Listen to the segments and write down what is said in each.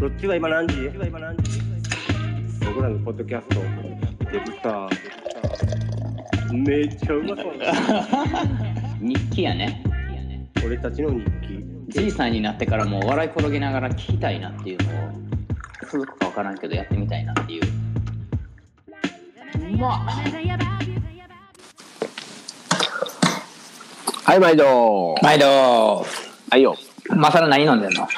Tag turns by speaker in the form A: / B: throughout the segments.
A: どっちが今何時僕らのポッドキャストデブさめっちゃうまそう
B: 日記やね
A: 俺たちの日記
B: じいさんになってからもう笑い転げながら聞きたいなっていうのを続くか分からんけどやってみたいなっていううまっ
C: はい、毎度。
B: 毎度
C: はいよ。
B: マサル何飲んでんの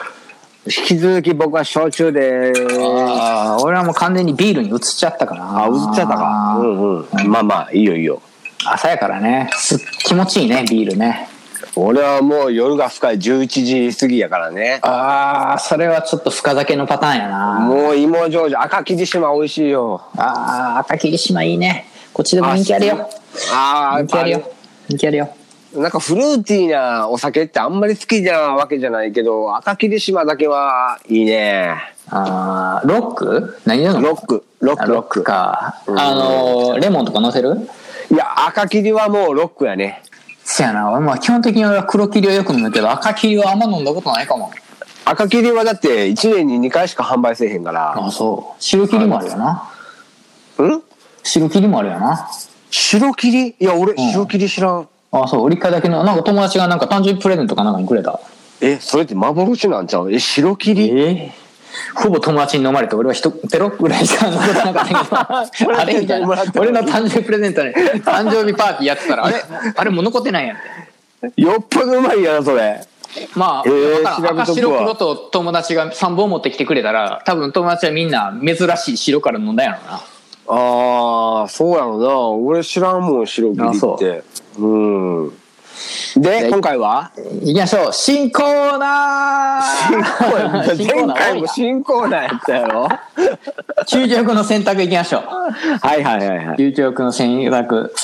C: 引き続き僕は焼酎でーす。
B: ああ俺はもう完全にビールに移っちゃったかな
C: あ、映っちゃったか。うんうん。まあまあ、いいよいいよ。
B: 朝やからねす気持ちいいねビールね
C: 俺はもう夜が深い11時過ぎやからね。
B: ああそれはちょっと深酒のパターンやな
C: もう芋上手、赤生地島美味しいよ。
B: ああ赤霧島いいねこっちでも人気あるよ
C: あ
B: 人
C: ー、
B: 気あるよ人気あるよ
C: なんかフルーティーなお酒ってあんまり好きなわけじゃないけど、赤霧島だけはいいね。
B: あーロック何飲む
C: ロック、ロッ
B: あ
C: ク、
B: ロ
C: ロ
B: ッ
C: ッ
B: ク
C: ク。
B: か。あのーレモンとか乗せる
C: いや、赤霧はもうロックやね。
B: そやな。俺まあ基本的に俺は黒霧をよく飲むけど、赤霧はあんま飲んだことないかも。
C: 赤霧はだって1年に2回しか販売せえへんから。
B: あ、そう。白霧もあるよな。
C: うん
B: 白霧もあるよな。
C: 白霧いや、俺、
B: ん
C: 白霧知らん。
B: あ、そう。俺一回だけの、なんか友達がなんか誕生日プレゼントかなんかにくれた。
C: え、それって幻なんちゃうえ、白霧
B: えほぼ友達に飲まれて、俺は一ペロぐらいしか飲んでなかった けど、あれみたいな
C: もらっ。て
B: 俺の誕生日プレゼントね、誕生日パーティーやって たら、あれあれもう残ってないやんって。
C: よっぽどうまいやな、それ。
B: まあ、
C: えー
B: だか
C: 調
B: ら
C: べ
B: 赤
C: とくわ
B: 白黒と友達が3本持ってきてくれたら多分友達はみんな珍しい白から飲んだんやろ
C: ああ、そうやろな。俺知らんもん、白
B: あ
C: 霧
B: そ
C: って。うん。で、今回 は
B: うないきましょう新コーナー新コーナ
C: 前
B: ー
C: 回も新コーナーやったやろ
B: 究極の選択いきましょう
C: はいはいはいはい。
B: 究極の選択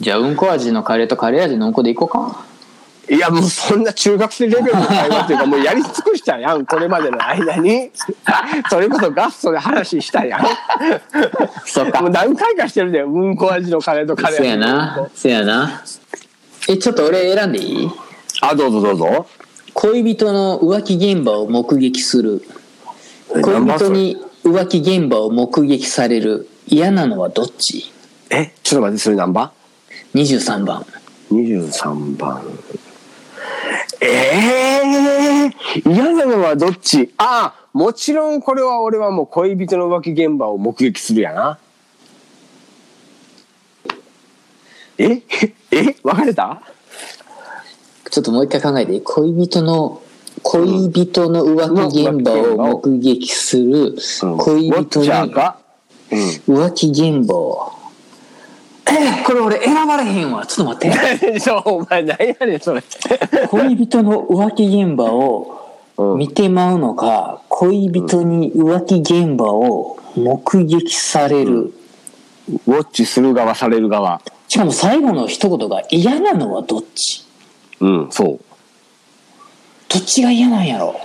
B: じゃあうんこ味のカレーとカレー味のうんこでいこうか
C: いや、もうそんな中学生レベルの会話っていうか、もうやり尽くしたやん、これまでの間 に。それこそガストで話したやん。
B: そっか
C: もう何回かしてるで、うんこ味のカレーとカレー。
B: そや。なそやなえちょっと俺選んでいい
C: あ、どうぞどうぞ。
B: 恋人の浮気現場を目撃する
C: え
B: 恋人に浮気現場を目撃される嫌なのはどっち
C: え、ちょっと待って、それ何番
B: 23番
C: 23番ええー、嫌なのはどっちああもちろんこれは俺はもう恋人の浮気現場を目撃するやなえ え別れた
B: ちょっともう一回考えて恋人の恋人の浮気現場を目撃する
C: うん
B: 恋
C: ウォッ
B: 人
C: チャー
B: に
C: か
B: 浮気現場をえーこれ俺選ばれへんわちょっと待って
C: そうお前何やねんそれ
B: 恋人の浮気現場を見てまうのか恋人に浮気現場を目撃される
C: ウォッチする側される側
B: しかも最後の一言が嫌なのはどっち
C: うんそ
B: どっちが嫌なんやろ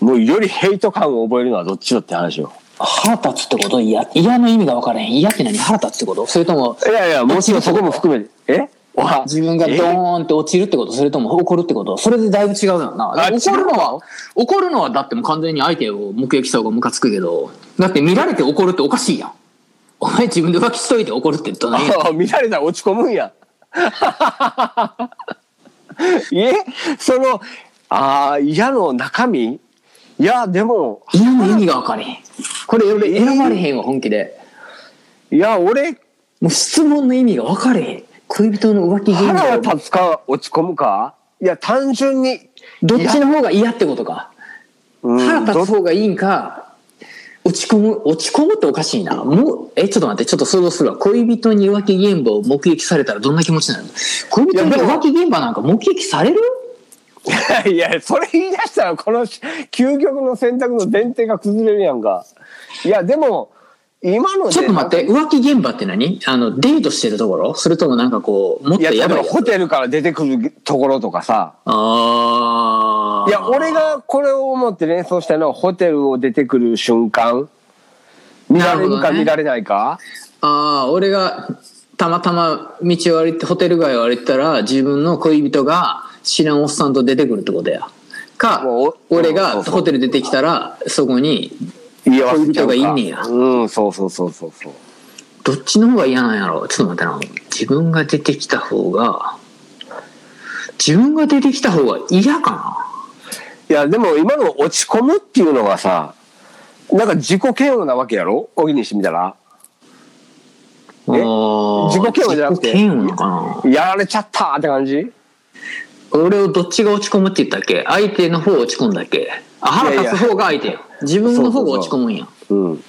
C: うもうよりヘイト感を覚えるのはどっちだって話よ
B: 腹立つってこと嫌嫌の意味が分からへん嫌って何腹立つってことそれとも
C: いやいやもちろんそこも含めてえ わ
B: 自分がドーンって落ちるってことそれとも怒るってことそれでだいぶ違うよな
C: あ
B: 怒るのは怒るのはだってもう完全に相手を目撃した方がムカつくけどだって見られて怒るっておかしいやんお前自分で浮気しといて怒るってどないや
C: ああ見られたら落ち込むんや。 えそのああ嫌の中身いやでも
B: 嫌の意味が分からへんこれ俺選ばれへんわ本気で
C: いや俺
B: もう質問の意味が分からへん恋人の浮気現
C: 腹
B: 場
C: は
B: を
C: 立つか落ち込むかいや単純に
B: どっちの方が嫌ってことか
C: うん
B: 腹立
C: ど
B: つ方がいいんか落ち込む落ち込むっておかしいなもうえちょっと待ってちょっと想像するわ恋人に浮気現場を目撃されたらどんな気持ちになるの恋人に
C: いやでも
B: 浮気現場なんか目撃される
C: いやいやそれ言い出したらこのし究極の選択の前提が崩れるやんかいやでも今ので
B: ちょっと待って浮気現場って何あのデートしてるところそれともなんかこうもっ
C: いや
B: と
C: 例え
B: やば
C: ば
B: いや
C: ホテルから出てくるところとかさ
B: あー
C: いや、俺がこれを思って連想したのは、ホテルを出てくる瞬間。見られ
B: なる
C: る
B: ほど
C: か
B: ね
C: 見られないか。
B: あー俺がたまたま道を歩いてホテル街を歩いてたら自分の恋人が知らんおっさんと出てくるってことやか
C: もうお
B: 俺
C: そう
B: が
C: そう
B: ホテル出てきたらそこに
C: 言い合わせちゃうか
B: 恋人がいんねや
C: うんそうそうそうそうそう
B: どっちの方が嫌なんやろちょっと待ってな自分が出てきた方が自分が出てきた方が嫌かない
C: やでも今の落ち込むっていうのがさなんか自己嫌悪なわけやろ荻にしてみたらえ
B: 自
C: 自己嫌悪じゃなく
B: 自己
C: て
B: 嫌悪なのかな
C: やられちゃったって感じ
B: 俺をどっちが落ち込むって言ったっけ相手の方落ち込んだっけあ腹立つ方が相手や自分の方が落ち込むんや
C: うん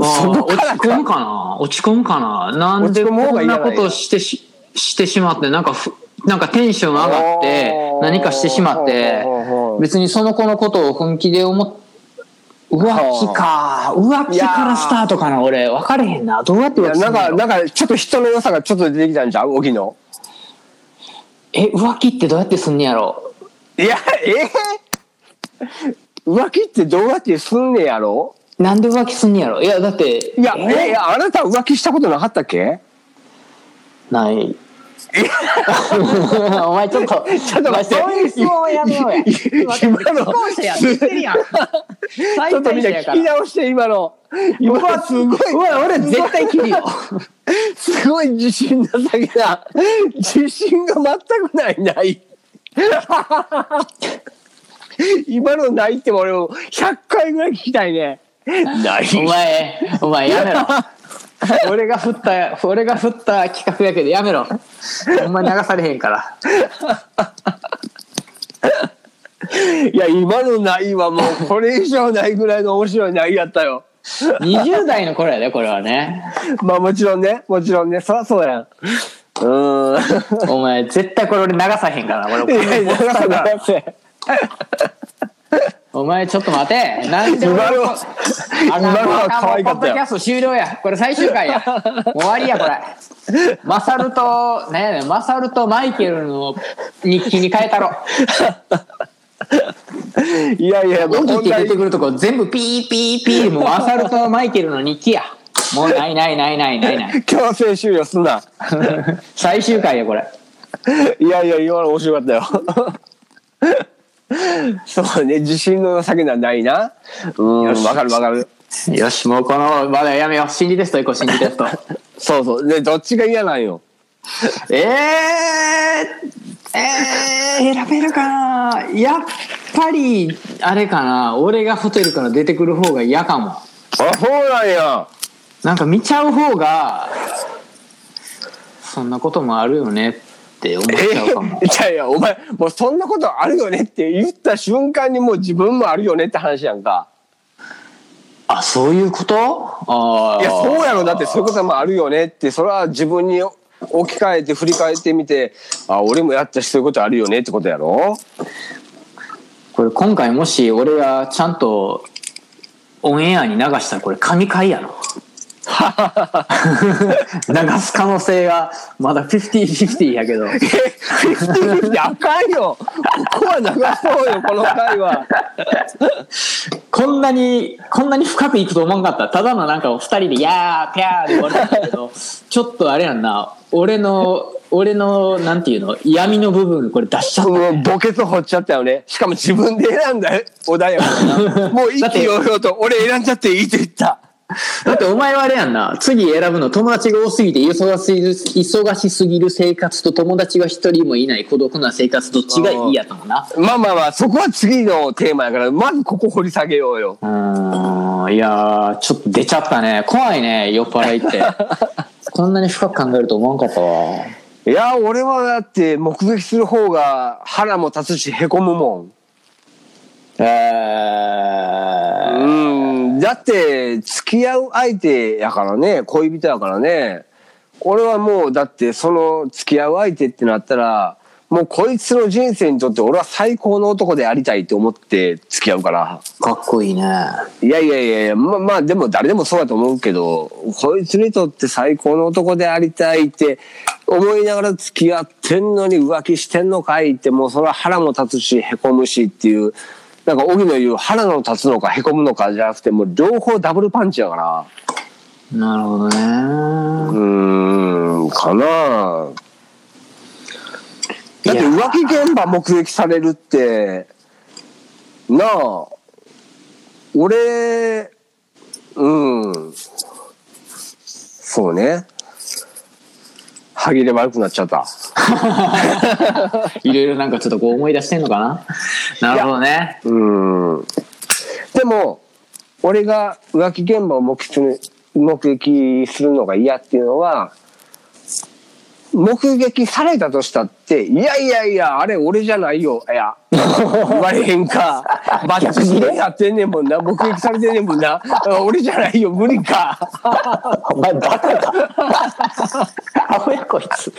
B: あー
C: そこ
B: 落
C: か
B: ち
C: ら
B: 込むかな落ち込むかななんで
C: 落ち込む方
B: こ
C: が
B: ん
C: 嫌
B: な
C: なんや
B: ことしてししてしまってなんかふなんかテンション上がって
C: おー
B: 何かしてしまって
C: ほうほうほう
B: 別にその子のことを本気で思っ浮気か浮気からスタートかな俺分かれへんなどうやって
C: い
B: 浮
C: や
B: 気する
C: な
B: ん
C: ん
B: だ
C: か
B: ろう
C: なんかちょっと人の良さがちょっと出てきたんじゃん荻野
B: え浮気ってどうやってすんねやろ
C: いや えー、浮気ってどうやってすんねやろ
B: なんで浮気すんねやろいやだって
C: いや、
B: え
C: えあなた浮気したことなかったっけ
B: ない お前ちょっと
C: ちょっと待って
B: お前そういう質問はやめようや
C: 今の
B: 既婚者やって言ってるやん
C: ちょ
B: 最
C: っとみ
B: 大
C: んな
B: 者やか
C: 聞き
B: ら
C: 直して今の今はすごいう
B: わ俺絶対切るよ
C: すごい自信なさげな自信が全くないない 今のないって俺も100回ぐらい聞きたいねない
B: お前お前やめろ 俺が振った俺が振った企画やけどやめろお前流されへんから
C: いや今のないはも うこれ以上ないぐらいの面白いないやったよ
B: 20代の頃やでこれはね
C: まあもちろんねもちろんねそりゃそうやんう ーん
B: お前絶対これ俺流さへんからなこ
C: い
B: れ
C: やいやだから
B: お前ちょっと待てなんで
C: 今の
B: 俺
C: は今のは可愛か
B: ポッ
C: った
B: ドキ
C: よ
B: ャスト終了やこれ最終回やもう終わりやこれマサルとねえねマサルとマイケルの日記に変えたろ
C: いやいやも
B: オ
C: う
B: ギ
C: こ
B: っ
C: ん
B: て
C: な
B: 出てくるとこ全部ピーピーピーもうマサルとマイケルの日 記やもうないないないないないない
C: 強制終了すな
B: 最終回やこれ
C: いやいや今の面白かったよそうね自信の先なんないなうんわ
B: し
C: かるわかる
B: よしもうこのまだやめよう心理テスト行こう心理テスト
C: そうそうでどっちが嫌なんよ
B: えー、えー、選べるかなやっぱりあれかな俺がホテルから出てくる方が嫌かも
C: あそうなんや
B: なんか見ちゃう方がそんなこともあるよねって思っ
C: え
B: ちゃうかも、
C: いやいやお前もうそんなことあるよねって言った瞬間にもう自分もあるよねって話やんか
B: あそういうことああ
C: いやそうやろだってそういうこともあるよねってそれは自分に置き換えて振り返ってみてあ俺もやったしそういうことあるよねってことやろ
B: これ今回もし俺がちゃんとオンエアに流したらこれ神回やろ流す可能性がまだ50-50やけど
C: え、フィフティフィフティあかんよ。ここは流そうよ、この回は。
B: こんなにこんなに深くいくと思わんかったただのなんか2人で「やーぴゃー」で終わったんだけどちょっとあれやんな俺の俺のなんていうの闇の部分これ出しちゃった
C: もう墓穴掘っちゃったよね。しかも自分で選んだお題やからな。もう意気揚々と、俺選んじゃっていいって言った。
B: だってお前はあれやんな次選ぶの友達が多すぎて忙し忙しすぎる生活と友達が一人もいない孤独な生活どっちがいいやと思うな
C: まあまあまあ、そこは次のテーマやから、まずここ掘り下げようよ。
B: うーんいやーちょっと出ちゃったね怖いね酔っ払いって こんなに深く考えると思わんかったわ
C: いや、俺はだって目撃する方が腹も立つし、へこむもん。
B: えー
C: うん、だって付き合う相手やからね恋人やからね俺はもうだってその付き合う相手ってなったらもうこいつの人生にとって俺は最高の男でありたいって思って付き合うから
B: かっこいいね
C: いやいやいやいやまあまあでも誰でもそうだと思うけどこいつにとって最高の男でありたいって思いながら付き合ってんのに浮気してんのかいってもうそれは腹も立つしへこむしっていうなんか荻野言う腹の立つのかへこむのかじゃなくてもう両方ダブルパンチやから
B: なるほどね
C: うーんかなあだって浮気現場目撃されるって、なあ、俺、うん。そうね。歯切れ悪くなっちゃった。
B: いろいろなんかちょっとこう思い出してんのかななるほどね。
C: うん。でも、俺が浮気現場を目撃する目撃するのが嫌っていうのは、目撃されたとしたって、いやいやいや、あれ俺じゃないよ。いや、言われへん か。バッチリやってんねんもんな。目撃されてんねんもんな。あ俺じゃないよ、無理 か。
D: お前バカか。アホやこいつ。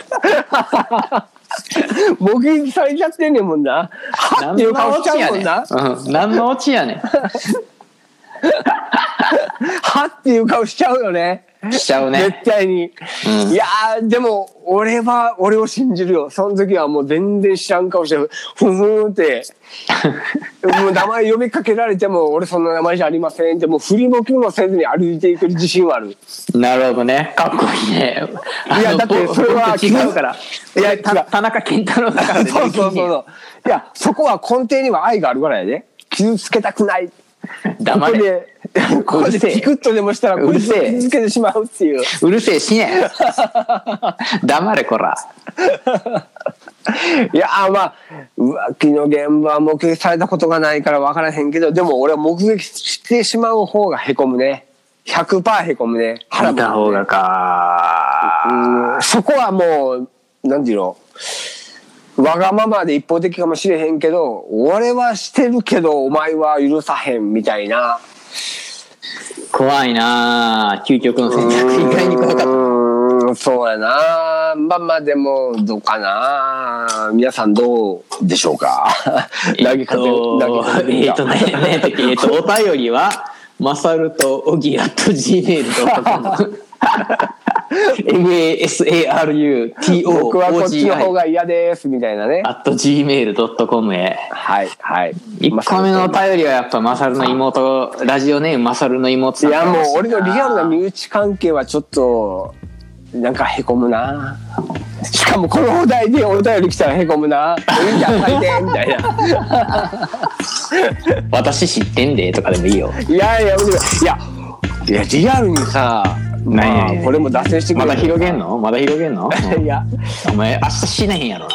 C: 目撃されちゃってんねんもんな。はっっていう顔しちゃうもんな。
B: うん何のオチやねん。
C: はっっていう顔しちゃうよね。
B: しちゃうね
C: 絶。対に、
B: うん
C: いやーでも俺は俺を信じるよその時はもう全然知らん顔してふんふんってもう名前呼びかけられても俺そんな名前じゃありませんってもう振り向きもせずに歩いていける自信はあるい
B: なるほどね。かっこいいね。。
C: やだってそれは違うかららい
B: い
C: や
B: や、
C: 違う
B: た田中健太郎だからね。
C: そうそうそうそういやそこは根底には愛があるからやで傷つけたくない
B: 黙れ。
C: ここでここでピクッとでもしたらこいつを傷つけてしまうっていう
B: うるせえ、死ね。黙れ、こら。
C: いやーまあ浮気の現場は目撃されたことがないから分からへんけどでも俺は目撃してしまう方がへこむね100%へこむね腹
B: 見
C: も
B: た方がか。
C: うんそこはもう何て言うのわがままで一方的かもしれへんけど俺はしてるけどお前は許さへんみたいな
B: 怖いなあ究極の選択。意外に怖かった。
C: うーんそうやなまあまあでもどうかな皆さんどうでしょうか投げかけ投げかけてみ
B: え
C: た
B: っとね、何やったっけえっと、 お便りは、マサルとオギアと gmail.com。
C: 僕はこっちの方
B: masarutogi
C: が嫌ですみたい なね。
B: at gmail.com へ。
C: はいはい。
B: 1個目のお
C: い
B: 便りはやっぱマサルの妹、ラジオネームマサルの妹さん
C: や
B: から
C: も
B: で
C: う
B: す
C: 俺のリアルな身内関係はちょっとなんかへこむな。しかもこのお題でお便り来たらへこむな。いいじゃん書いてみたいな。
B: 私知ってんでとかでもいいよ。
C: いやいやいやいやリアルにさ、
B: ない
C: ま
B: ない
C: あ
B: ない
C: これも脱線してく
B: ま
C: る。
B: だ広げんのまだ広げんの
C: いや
B: お前明日死ねへんやろな。